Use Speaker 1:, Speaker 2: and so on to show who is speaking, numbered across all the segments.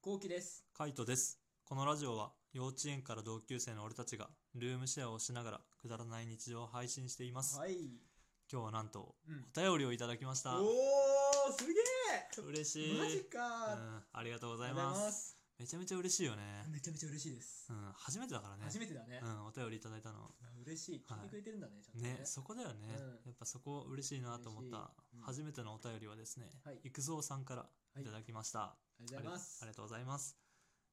Speaker 1: こうきです。
Speaker 2: カイトです。このラジオは幼稚園から同級生の俺たちがルームシェアをしながらくだらない日常を配信しています。
Speaker 1: い。
Speaker 2: 今日はなんと
Speaker 1: うん。
Speaker 2: お便りをいただきました。
Speaker 1: おー、すげ
Speaker 2: 嬉し
Speaker 1: え
Speaker 2: い。
Speaker 1: マジ
Speaker 2: う
Speaker 1: か
Speaker 2: ん、ありがとうご
Speaker 1: あ
Speaker 2: ざい
Speaker 1: りがとうご
Speaker 2: ます。
Speaker 1: ざいます。
Speaker 2: めちゃめちゃ嬉しいよね。
Speaker 1: めちゃめちゃ嬉しいです
Speaker 2: う。ん、初めてだからね。
Speaker 1: 初めてだね
Speaker 2: う。ん、お便りいただいたの。
Speaker 1: うわ嬉しい。聞いてくれてるんだね、ちゃんと
Speaker 2: ね、そこだよね、
Speaker 1: うん
Speaker 2: やっぱそこ嬉しいなと思った、
Speaker 1: 嬉しいうん
Speaker 2: 初めてのお便りはですね、
Speaker 1: はい
Speaker 2: 育三さんからいただきました、
Speaker 1: ありがとうございます。
Speaker 2: ありがとうございます、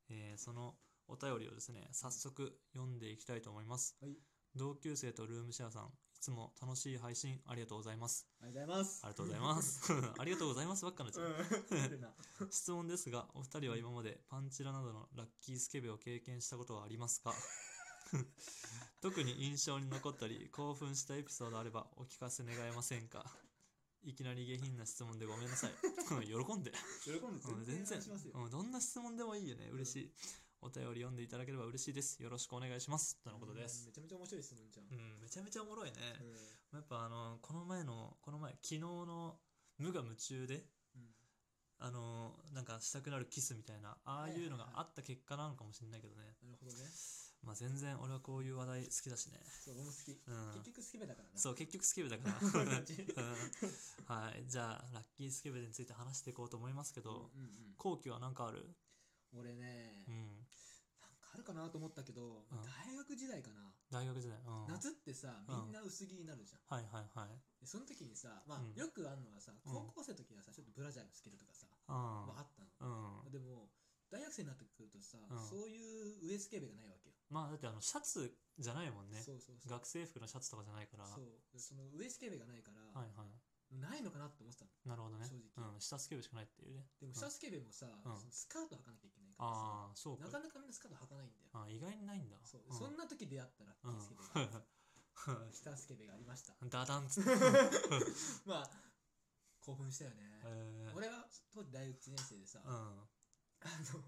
Speaker 2: えーそのお便りをですね早速読んでいきたいと思います、
Speaker 1: はい
Speaker 2: 同級生とルームシェアさんいつも楽しい配信ありがとうございます
Speaker 1: ありがとうございます。
Speaker 2: ありがとうございます ありがとうございますばっかなっちゃう、
Speaker 1: うん。来るな
Speaker 2: 質問ですがお二人は今までパンチラなどのラッキースケベを経験したことはあります か特に印象に残ったり興奮したエピソードあればお聞かせ願えませんかいきなり下品な質問でごめんなさい うん喜んで
Speaker 1: 喜んで
Speaker 2: うん
Speaker 1: 全然
Speaker 2: 全然
Speaker 1: 話しますよ。
Speaker 2: うんどんな質問でもいいよね嬉しいお便り読んでいただければ嬉しいですよろしくお願いしますとのことで
Speaker 1: うん
Speaker 2: す
Speaker 1: めちゃめちゃ面白い質問じゃん。
Speaker 2: うんめちゃめちゃおもろいね
Speaker 1: うん
Speaker 2: やっぱあのこの前のこの前昨日の無我夢中で
Speaker 1: うん
Speaker 2: あのーなんかしたくなるキスみたいなああい
Speaker 1: はいはい
Speaker 2: うの
Speaker 1: は
Speaker 2: が
Speaker 1: い
Speaker 2: あった結果なのかもしれないけどね、
Speaker 1: なるほどね。
Speaker 2: まあ全然俺はこういう話題好きだしね
Speaker 1: そう、俺も好き。
Speaker 2: うん
Speaker 1: 結局好きめだからな。
Speaker 2: そう結局スケベだ から、
Speaker 1: そういう感 じ
Speaker 2: うんはいじゃあラッキースケベについて話していこうと思いますけど
Speaker 1: うんうん
Speaker 2: 後期は何かある
Speaker 1: うん俺ね
Speaker 2: う、ん
Speaker 1: なんかあるかなと思ったけど、
Speaker 2: うん
Speaker 1: 大学時代かな。
Speaker 2: 大学時代うん
Speaker 1: 夏ってさ、みん
Speaker 2: うん
Speaker 1: な薄着になるじゃん。
Speaker 2: はいはいはい
Speaker 1: でその時にさ、まあ
Speaker 2: うん、
Speaker 1: よくあるのがさ、
Speaker 2: うん
Speaker 1: 高校生の時はさ、ちょっとブラジャーのスキルとかさ、
Speaker 2: うん
Speaker 1: まああったの。
Speaker 2: うん
Speaker 1: でも、大学生になってくるとさ
Speaker 2: うん、
Speaker 1: そういう上スケベがないわけよ。
Speaker 2: まあだってあのシャツじゃないもんね
Speaker 1: そうそうそう。
Speaker 2: 学生服のシャツとかじゃないから
Speaker 1: そう。でその上スケベがないから、
Speaker 2: はいはい
Speaker 1: ないのかなって思ってたの。
Speaker 2: なるほどね
Speaker 1: 正直
Speaker 2: うん下スケベしかないっていうね
Speaker 1: でも、下スケベもさ、
Speaker 2: うん
Speaker 1: そのスカート履かなきゃいけないから
Speaker 2: ああそう
Speaker 1: さ、
Speaker 2: か
Speaker 1: なかなかみんなスカート履かないんだよ。
Speaker 2: あ意外にないんだ
Speaker 1: そう
Speaker 2: う
Speaker 1: そ
Speaker 2: ん
Speaker 1: んな時出会ったラッキースケベが、
Speaker 2: う
Speaker 1: 下スケベがありました。
Speaker 2: ん ダダンつ って、
Speaker 1: まあ、興奮したよね。
Speaker 2: えー
Speaker 1: 俺は当時大学1年生でさ、
Speaker 2: う
Speaker 1: あ
Speaker 2: ん
Speaker 1: の、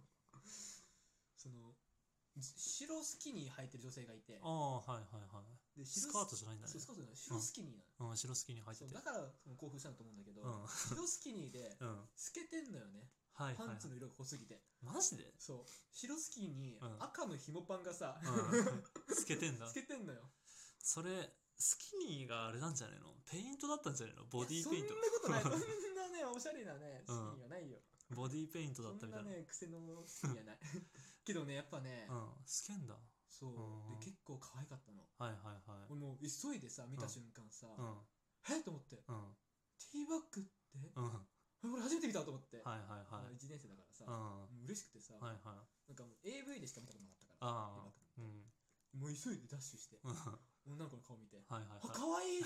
Speaker 1: その、白スキニー履いてる女性がいて
Speaker 2: あ、あはいはいはい
Speaker 1: で白
Speaker 2: スカートじゃないんだね
Speaker 1: そうスカートじゃない白スキニーなの。
Speaker 2: うん白スキに入って
Speaker 1: そう
Speaker 2: て
Speaker 1: だからその興奮したんだと思うんだけど、
Speaker 2: うん
Speaker 1: 白スキニーで
Speaker 2: うん
Speaker 1: 透けてんのよね、
Speaker 2: はいはい
Speaker 1: パンツの色が濃すぎて
Speaker 2: マジで
Speaker 1: そう白スキニーに
Speaker 2: うん
Speaker 1: 赤の紐パンがさ、
Speaker 2: うん透けてんだ
Speaker 1: 透けてんのよ
Speaker 2: それスキニーがあれなんじゃないのペイントだったんじゃないのボディーペイント
Speaker 1: いやそんなことないそんなねおしゃれなねスキニーはないよ、
Speaker 2: ボディーペイントだっ
Speaker 1: そ
Speaker 2: た
Speaker 1: ん
Speaker 2: みた
Speaker 1: ない
Speaker 2: な
Speaker 1: ね癖のスキニー はないけどねやっぱね、
Speaker 2: うん透けんだ
Speaker 1: そう
Speaker 2: うん
Speaker 1: で結構可愛かったの
Speaker 2: はいはいはい
Speaker 1: 俺もう急いでさ見た瞬間さ、
Speaker 2: うん
Speaker 1: えっと思って
Speaker 2: うん
Speaker 1: ティーバッグって
Speaker 2: うんはい
Speaker 1: 俺初めて見たと思って、
Speaker 2: はいはい
Speaker 1: 1年生だからさ、
Speaker 2: うん
Speaker 1: もう嬉しくてさ、
Speaker 2: はいはい
Speaker 1: なんかもう AV でしか見たことなかったから
Speaker 2: あ
Speaker 1: ティーバッグ
Speaker 2: あうん
Speaker 1: もう急いでダッシュして
Speaker 2: うんはい
Speaker 1: 女の子の顔見て「
Speaker 2: はい
Speaker 1: あ
Speaker 2: は
Speaker 1: 可愛い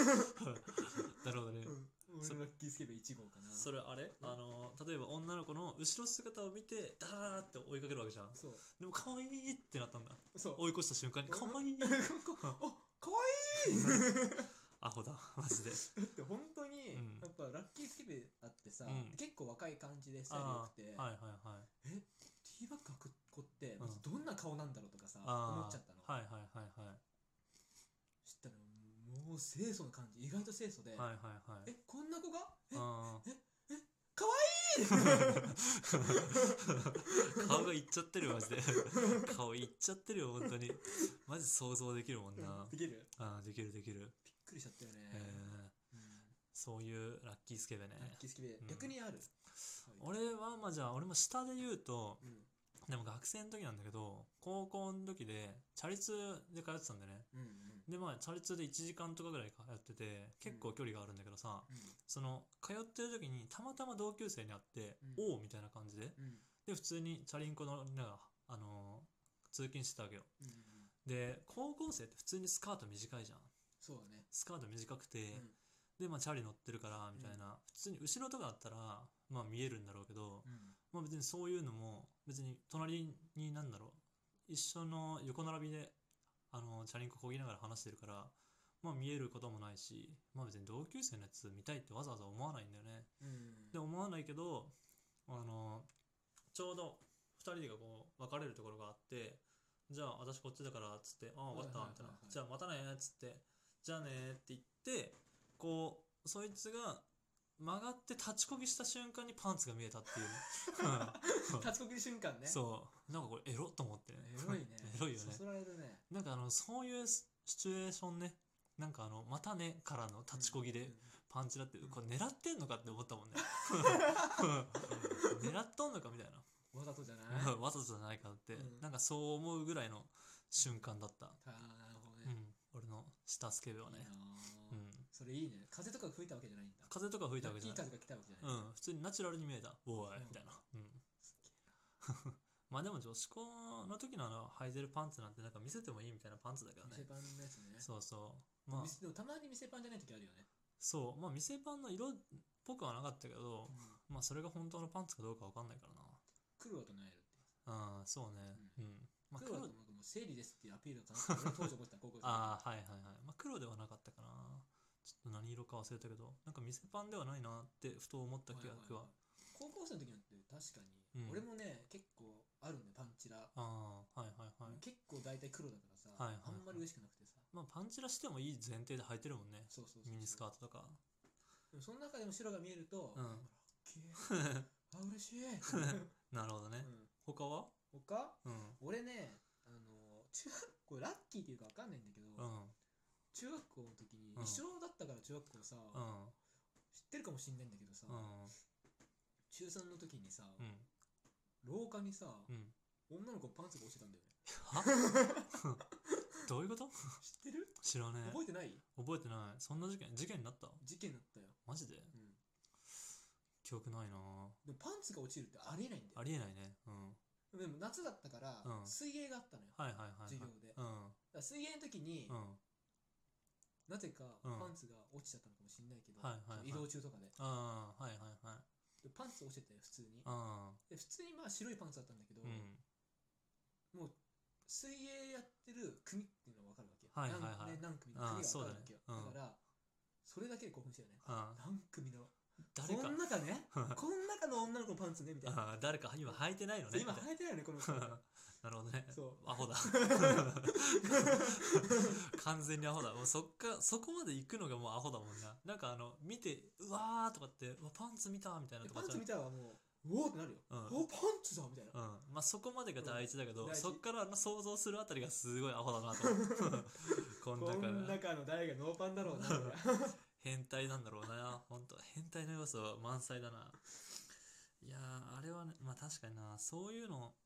Speaker 2: い なるほどね
Speaker 1: うん俺のラッキースケベ1号かな
Speaker 2: それあれあの例えば女の子の後ろ姿を見てダラダラって追いかけるわけじゃん
Speaker 1: そう
Speaker 2: でも可愛いってなったんだ
Speaker 1: そう
Speaker 2: 追い越した瞬間に可愛い
Speaker 1: あ可 愛い
Speaker 2: アホだ マ ジで
Speaker 1: だって本当に
Speaker 2: うん
Speaker 1: やっぱラッキースケベあってさ、
Speaker 2: うん
Speaker 1: 結構若い感じでスタイル良
Speaker 2: あ
Speaker 1: くて、
Speaker 2: あはいはいはい
Speaker 1: ティーバッグ履く子って
Speaker 2: うん
Speaker 1: どんな顔なんだろうとかさ、
Speaker 2: あ
Speaker 1: 思っちゃったの、
Speaker 2: はいはいはいはい
Speaker 1: 知ったらもう清楚な感じ意外と清楚で、
Speaker 2: はいはいはい
Speaker 1: えこんな子がえ
Speaker 2: あ
Speaker 1: 可愛い
Speaker 2: ー顔がいっちゃってるよマジで 顔いっちゃってるよ本当にマジ想像できるもんな
Speaker 1: できる
Speaker 2: あーできるできる
Speaker 1: びっくりしちゃったよね
Speaker 2: え、ー
Speaker 1: うん
Speaker 2: そういうラッキースケベね
Speaker 1: ラッキースケベ、
Speaker 2: うん
Speaker 1: 逆にある、はい
Speaker 2: 俺はまあじゃあ俺も下で言うと
Speaker 1: うん
Speaker 2: でも学生の時なんだけど高校の時でチャリ通で通ってたんだよね
Speaker 1: うんうん
Speaker 2: でまあチャリ通で1時間とかぐらい通ってて結構距離があるんだけどさ、
Speaker 1: う
Speaker 2: その通ってる時にたまたま同級生に会って、
Speaker 1: う
Speaker 2: おうみたいな感じで
Speaker 1: んうん
Speaker 2: で普通にチャリンコ乗りながら、あのー通勤してたわけよ
Speaker 1: うんうん
Speaker 2: で高校生って普通にスカート短いじゃん
Speaker 1: そうだね。
Speaker 2: スカート短くて、
Speaker 1: うん
Speaker 2: でまあチャリ乗ってるからみたいな、普通に後ろとかだったらまあ見えるんだろうけど、まあ別にそういうのも別に隣になんだろう一緒の横並びであのチャリンコこぎながら話してるからまあ見えることもないしまあ別に同級生のやつ見たいってわざわざ思わないんだよね
Speaker 1: うん
Speaker 2: で思わないけどあのちょうど2人がこう別れるところがあってじゃあ私こっちだからっつってああ分かった
Speaker 1: はいはいはいはい
Speaker 2: みたいなじゃあまたねっつってじゃあねって言ってこう そいつが曲がって立ちこぎした瞬間にパンツが見えたっていうねうんそう
Speaker 1: 立ちこぎ瞬間ね。
Speaker 2: そうなんかこれエロと思ってね
Speaker 1: エロいね
Speaker 2: エロいよね
Speaker 1: そそられるね。
Speaker 2: なんかあのそういうシチュエーションねなんかあのまたねからの立ちこ
Speaker 1: う
Speaker 2: ぎ
Speaker 1: ん
Speaker 2: でパンチだって、
Speaker 1: うん
Speaker 2: これ狙ってんのかって思った もんね狙っとんのかみたい
Speaker 1: わざとじゃない
Speaker 2: な、
Speaker 1: あ
Speaker 2: わざとじゃないかって、
Speaker 1: うん
Speaker 2: なんかそう思うぐらいの瞬間だった、
Speaker 1: あ、なるほど
Speaker 2: う
Speaker 1: ね。
Speaker 2: ん、俺の下スケベはね
Speaker 1: いいな
Speaker 2: う
Speaker 1: あ
Speaker 2: ん、
Speaker 1: それいいね。風とか吹いたわけじゃないんだ。
Speaker 2: 風とか吹いたわけじゃ
Speaker 1: いい
Speaker 2: ない
Speaker 1: 風が来たわけじゃ
Speaker 2: う
Speaker 1: ない。
Speaker 2: ん普通にナチュラルに見えたおい
Speaker 1: うん
Speaker 2: みたいな、うん、 まあでも女子校の時のあの履いてるパンツなんてなんか見せてもいいみたいなパンツだけど
Speaker 1: 店
Speaker 2: ね
Speaker 1: パンのやつね。
Speaker 2: そうそうまあ
Speaker 1: 店でもたまに店パンじゃない時あるよね。
Speaker 2: そうまあ店パンの色っぽくはなかったけど、
Speaker 1: うん
Speaker 2: まあそれが本当のパンツかどうかわかんないからな
Speaker 1: 黒だとなえるって。
Speaker 2: うんそうねうん、まあ
Speaker 1: 黒
Speaker 2: 黒
Speaker 1: だとなんかもう生理ですっていうアピールかなって俺当時思ってた高校生。
Speaker 2: ああはいはいはいまあ黒ではなかったかなちょっと何色か忘れたけどなんか店パンではないなってふと思った気が
Speaker 1: はいはいはい高校生の時なんて確かに、
Speaker 2: うん
Speaker 1: 俺もね結構あるんだよパンチラ、
Speaker 2: ああはいはいはい
Speaker 1: 結構大体黒だからさ、
Speaker 2: はい
Speaker 1: あ
Speaker 2: はいはい
Speaker 1: んまり嬉しくなくてさ
Speaker 2: まあパンチラしてもいい前提で履いてるもんね
Speaker 1: そうそうそうそう
Speaker 2: ミニスカートとか
Speaker 1: でもその中でも白が見えると、
Speaker 2: うん
Speaker 1: ラッキーあ嬉しい、 う
Speaker 2: なるほどね、
Speaker 1: ん、
Speaker 2: 他は
Speaker 1: 他
Speaker 2: うん
Speaker 1: 俺ねあの中学校ラッキーっていうかわかんないんだけど、
Speaker 2: うん
Speaker 1: 中学校の時に、
Speaker 2: うん
Speaker 1: 一緒だったから中学校さ、
Speaker 2: うん
Speaker 1: 知ってるかもしんないんだけどさ、
Speaker 2: うん
Speaker 1: 中3の時にさ、
Speaker 2: うん
Speaker 1: 廊下にさ、
Speaker 2: うん
Speaker 1: 女の子パンツが落ちてたんだよね
Speaker 2: はどういうこと
Speaker 1: 知ってる
Speaker 2: 知らねえ
Speaker 1: 覚えてない
Speaker 2: 覚えてないそんな事件事件になった
Speaker 1: 事件だったよ、
Speaker 2: マジで
Speaker 1: うん
Speaker 2: 記憶ないな
Speaker 1: でもパンツが落ちるってありえないんだ
Speaker 2: あ
Speaker 1: よ。
Speaker 2: りえないねうん
Speaker 1: でも夏だったから
Speaker 2: う、ん
Speaker 1: 水泳があったのよ。
Speaker 2: はいはいはい、はい、
Speaker 1: 授業で
Speaker 2: うん
Speaker 1: だから水泳の時に
Speaker 2: う、ん
Speaker 1: なぜか
Speaker 2: うん
Speaker 1: パンツが落ちちゃったのかもしれないけど、
Speaker 2: はいはいはい
Speaker 1: 移動中とかで。
Speaker 2: ああはいはいはい
Speaker 1: でパンツ落ちてたよ、普通に。
Speaker 2: あ
Speaker 1: で普通にまあ白いパンツだったんだけど
Speaker 2: ーう、ん
Speaker 1: もう水泳やってる組っていうのが分かるわけよ。
Speaker 2: はいはいはい
Speaker 1: 何組何組の組が
Speaker 2: あーそう
Speaker 1: 分
Speaker 2: だ
Speaker 1: かるわけ
Speaker 2: ね
Speaker 1: よ。
Speaker 2: う
Speaker 1: だ
Speaker 2: ん
Speaker 1: から、それだけで興奮してるね。
Speaker 2: あー
Speaker 1: 何組の、
Speaker 2: 誰
Speaker 1: こ
Speaker 2: か
Speaker 1: ん中ね、こん中の女の子のパンツね、みたいな。
Speaker 2: あー 誰か今履いて ないのね
Speaker 1: 今
Speaker 2: みたい
Speaker 1: 生えてないよね、この人。
Speaker 2: ななるほどね
Speaker 1: そう
Speaker 2: ア ホだ完全にアホだもうそっかそこまで行くのがもうアホだもんななんかあの見てうわーとかってうわパンツ見たみたいな
Speaker 1: で
Speaker 2: と
Speaker 1: パ
Speaker 2: か
Speaker 1: ン
Speaker 2: じゃ
Speaker 1: ツ見たら
Speaker 2: なく
Speaker 1: もう、うおーってなるよ。
Speaker 2: う
Speaker 1: お
Speaker 2: ん
Speaker 1: パンツだみたいな
Speaker 2: う。んまあそこまでが第一だけど、
Speaker 1: うん第一
Speaker 2: そっからの想像するあたりがすごいアホだなと 思うこん
Speaker 1: こ
Speaker 2: だか
Speaker 1: ん
Speaker 2: ら
Speaker 1: 中の誰がノーパンだろうな。 俺
Speaker 2: 変態なんだろうな本当変態の要素は満載だないやーあれはねまあ確かになそういうの、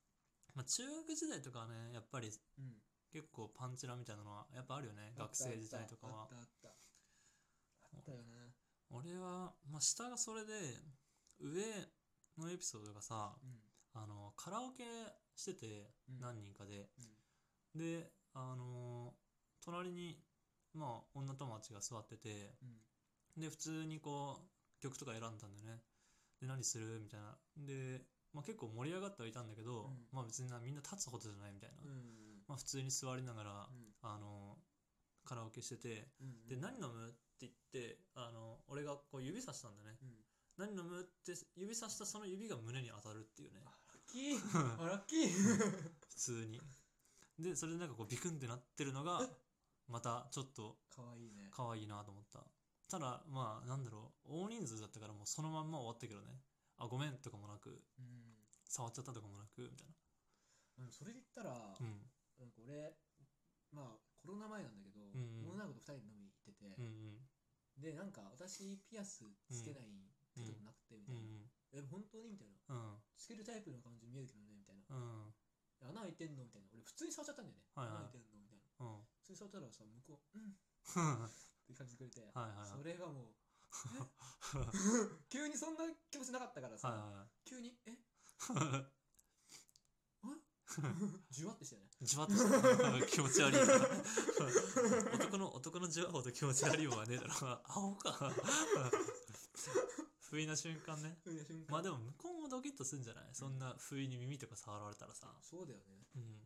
Speaker 2: まあ、中学時代とかはねやっぱり
Speaker 1: うん
Speaker 2: 結構パンチラみたいなのはやっぱあるよね学生時代とか
Speaker 1: あ
Speaker 2: は
Speaker 1: ったあった。あったあったあったよね。
Speaker 2: 俺は、まあ、下がそれで上のエピソードがさ
Speaker 1: うん
Speaker 2: あのカラオケしてて
Speaker 1: うん
Speaker 2: 何人かで、
Speaker 1: うん
Speaker 2: であの隣にまあ女友達が座ってて
Speaker 1: うん
Speaker 2: で普通にこう曲とか選んだんだよねで何するみたいなで、まあ、結構盛り上がってはいたんだけど、
Speaker 1: うん
Speaker 2: まあ別になみんな立つほどじゃないみたいな、
Speaker 1: うん
Speaker 2: まあ、普通に座りながら、
Speaker 1: うん
Speaker 2: あのカラオケしてて
Speaker 1: うん
Speaker 2: で何飲むって言ってあの俺がこう指さしたんだよね
Speaker 1: うん
Speaker 2: 何飲むって指さしたその指が胸に当たるっていうね
Speaker 1: あラッキー あラッキー
Speaker 2: 普通にでそれでなんかこうビクンってなってるのがまたちょっと
Speaker 1: かわいいね。
Speaker 2: 可愛いなと思ったただまあなんだろう大人数だったからもうそのまんま終わったけどねあごめんとかもなく
Speaker 1: うん
Speaker 2: 触っちゃったとかもなくみたい
Speaker 1: うんそれで言ったら、なんか
Speaker 2: な
Speaker 1: 俺、まあコロナ前なんだけど、
Speaker 2: うんうん
Speaker 1: 女の子と2人で飲みに行ってて
Speaker 2: うん、
Speaker 1: で、なんか私ピアスつけないってことなくて、み
Speaker 2: う
Speaker 1: た
Speaker 2: んう
Speaker 1: い
Speaker 2: ん
Speaker 1: な。え、本当にみたいな。
Speaker 2: うんうん
Speaker 1: つけるタイプの感じ見えるけどね、みたいな。
Speaker 2: うん
Speaker 1: 穴開いてんのみたいな。俺普通に触っちゃったんだよね。
Speaker 2: はいはい
Speaker 1: 穴開いてんのみたいな。
Speaker 2: うん
Speaker 1: 普通に触ったらさ、向こう、うんって感じてくれて、
Speaker 2: はいはいはい
Speaker 1: それがも う、え 急にそんな気持ちなかったからさ、
Speaker 2: は
Speaker 1: 急に、 え
Speaker 2: いはい
Speaker 1: じゅわってしたよね。
Speaker 2: じわっとしたね気持ち悪いな 男の男のじわほど気持ち悪いもんはねえだろ青か 不意な瞬間ね
Speaker 1: ふいな瞬間
Speaker 2: まあでも向こうもドキッとするんじゃないそんな不意に耳とか触られたらさ
Speaker 1: そうだよね。
Speaker 2: うん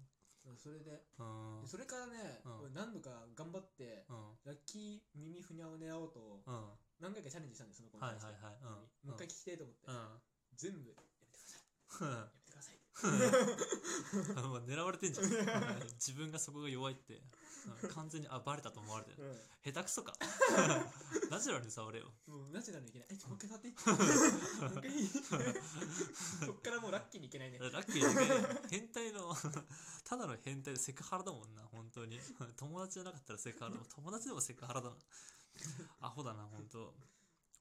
Speaker 1: それで、
Speaker 2: うん
Speaker 1: それからね、
Speaker 2: うん
Speaker 1: 俺何度か頑張って、
Speaker 2: うん
Speaker 1: ラッキー耳ふにゃをねあおうと、
Speaker 2: うん
Speaker 1: 何回かチャレンジしたんですよ、その子
Speaker 2: はい
Speaker 1: に
Speaker 2: はい
Speaker 1: 対して。
Speaker 2: はいうん
Speaker 1: もう一回聞きたいと思って、
Speaker 2: うん
Speaker 1: 全部、やめてください。
Speaker 2: うん
Speaker 1: やめてください。
Speaker 2: まあ狙われてんじゃんうん自分がそこが弱いってうん完全にあバレたと思われてる下手 くそかナチュラルにさ俺よ
Speaker 1: うん、もうナチュラルにいけ ない。え、ちょもう一回触っていいもう一回いいそっからもうラッキーにいけないね。
Speaker 2: ラッキーだけね変態のただの変態でセクハラだもんな本当に友達じゃなかったらセクハラだもん友達でもセクハラだなアホだな本当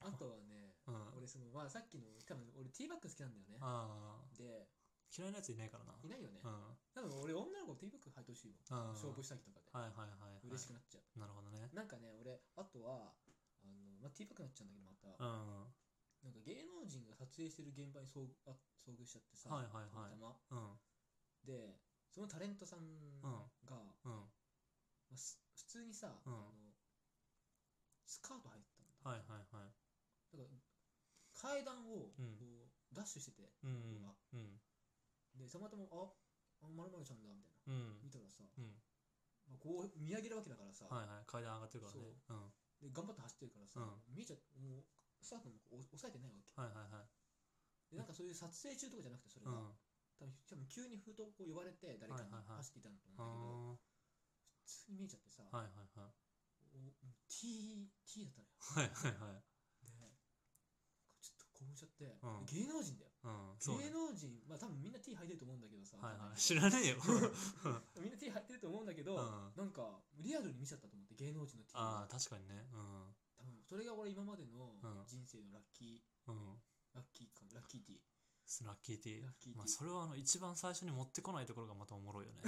Speaker 1: あとはね、
Speaker 2: うん
Speaker 1: 俺その、まあさっきの、多分俺ティーバッグ好きなんだよね。
Speaker 2: あー
Speaker 1: で、
Speaker 2: 嫌いなやついないからない
Speaker 1: ないよね
Speaker 2: う。ん
Speaker 1: 多分俺女の子ティーバッグ履いてほしいもん。
Speaker 2: うん
Speaker 1: 勝負詐欺とかで。
Speaker 2: はいはいはい
Speaker 1: 嬉しくなっちゃ
Speaker 2: なるほどね
Speaker 1: う。なんかね、俺、あとは、あの、まあティーバッグになっちゃうんだけど、また、
Speaker 2: うん
Speaker 1: なんか芸能人が撮影してる現場に遭あ遭遇しちゃってさ、
Speaker 2: はいはいはい
Speaker 1: たま
Speaker 2: うん
Speaker 1: たまで、そのタレントさんが、
Speaker 2: うん
Speaker 1: まあす普通にさ、
Speaker 2: うん
Speaker 1: あのスカート入ってたんだ。
Speaker 2: はいはいはい
Speaker 1: だから階段をこう
Speaker 2: うん
Speaker 1: ダッシュしてて、
Speaker 2: うんうん
Speaker 1: でたまたまああまるまるちゃんだみたいな
Speaker 2: うんう
Speaker 1: 見
Speaker 2: ん
Speaker 1: たらさ、
Speaker 2: うん
Speaker 1: まあこう見上げるわけだからさ、
Speaker 2: はいはい階段上がってるからね
Speaker 1: で
Speaker 2: うん
Speaker 1: 頑張って走ってるからさ、
Speaker 2: う
Speaker 1: 見えちゃもうスタートもお抑えてないわけ
Speaker 2: はいはいはい
Speaker 1: でなんかそういう撮影中とかじゃなくてそれ
Speaker 2: うん
Speaker 1: が、多分多分急に封筒こう呼ばれて誰かに
Speaker 2: はいはいはい
Speaker 1: 走っていたんだと
Speaker 2: あー
Speaker 1: 思うんだけど、普通に見えちゃってさ、
Speaker 2: はいはいはい
Speaker 1: おもう T, T だったのよ
Speaker 2: はいはいはい
Speaker 1: でちょっと興奮しちゃって、
Speaker 2: うん
Speaker 1: 芸能人だよ
Speaker 2: うんそう
Speaker 1: 芸
Speaker 2: ね
Speaker 1: 能人、まあ多分みんな T 履いてると思うんだけどさ、
Speaker 2: はいは
Speaker 1: わ
Speaker 2: い
Speaker 1: かんないけど
Speaker 2: 知らね
Speaker 1: み
Speaker 2: えよ
Speaker 1: んな T 入ってると思うんだけど、
Speaker 2: うん
Speaker 1: なんかリアルに見ちゃったと思って芸能人の T
Speaker 2: ああ確かにねう
Speaker 1: 多分それが俺今までの
Speaker 2: うん
Speaker 1: 人生のラッキ
Speaker 2: んうん
Speaker 1: ーラッキーかもラッキー T
Speaker 2: スラッキーティー
Speaker 1: ラッキーティー
Speaker 2: まあ、それはあの一番最初に持ってこないところがまたおもろ いよね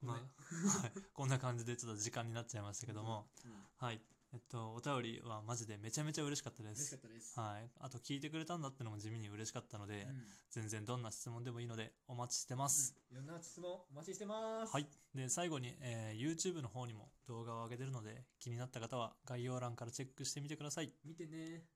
Speaker 2: まあ、はい、こんな感じでちょっと時間になっちゃいましたけども、、
Speaker 1: うんうん
Speaker 2: はいえっとお便りはマジでめちゃめちゃ嬉しかったで
Speaker 1: 嬉しか
Speaker 2: す
Speaker 1: ったです、
Speaker 2: はい、あと聞いてくれたんだってのも地味に嬉しかったので、
Speaker 1: うん
Speaker 2: 全然どんな質問でもいいのでお待ちしてます、
Speaker 1: うんいろんな質問お待ちしてます
Speaker 2: はい、で最後に、えー YouTube の方にも動画を上げてるので気になった方は概要欄からチェックしてみてください
Speaker 1: 見てね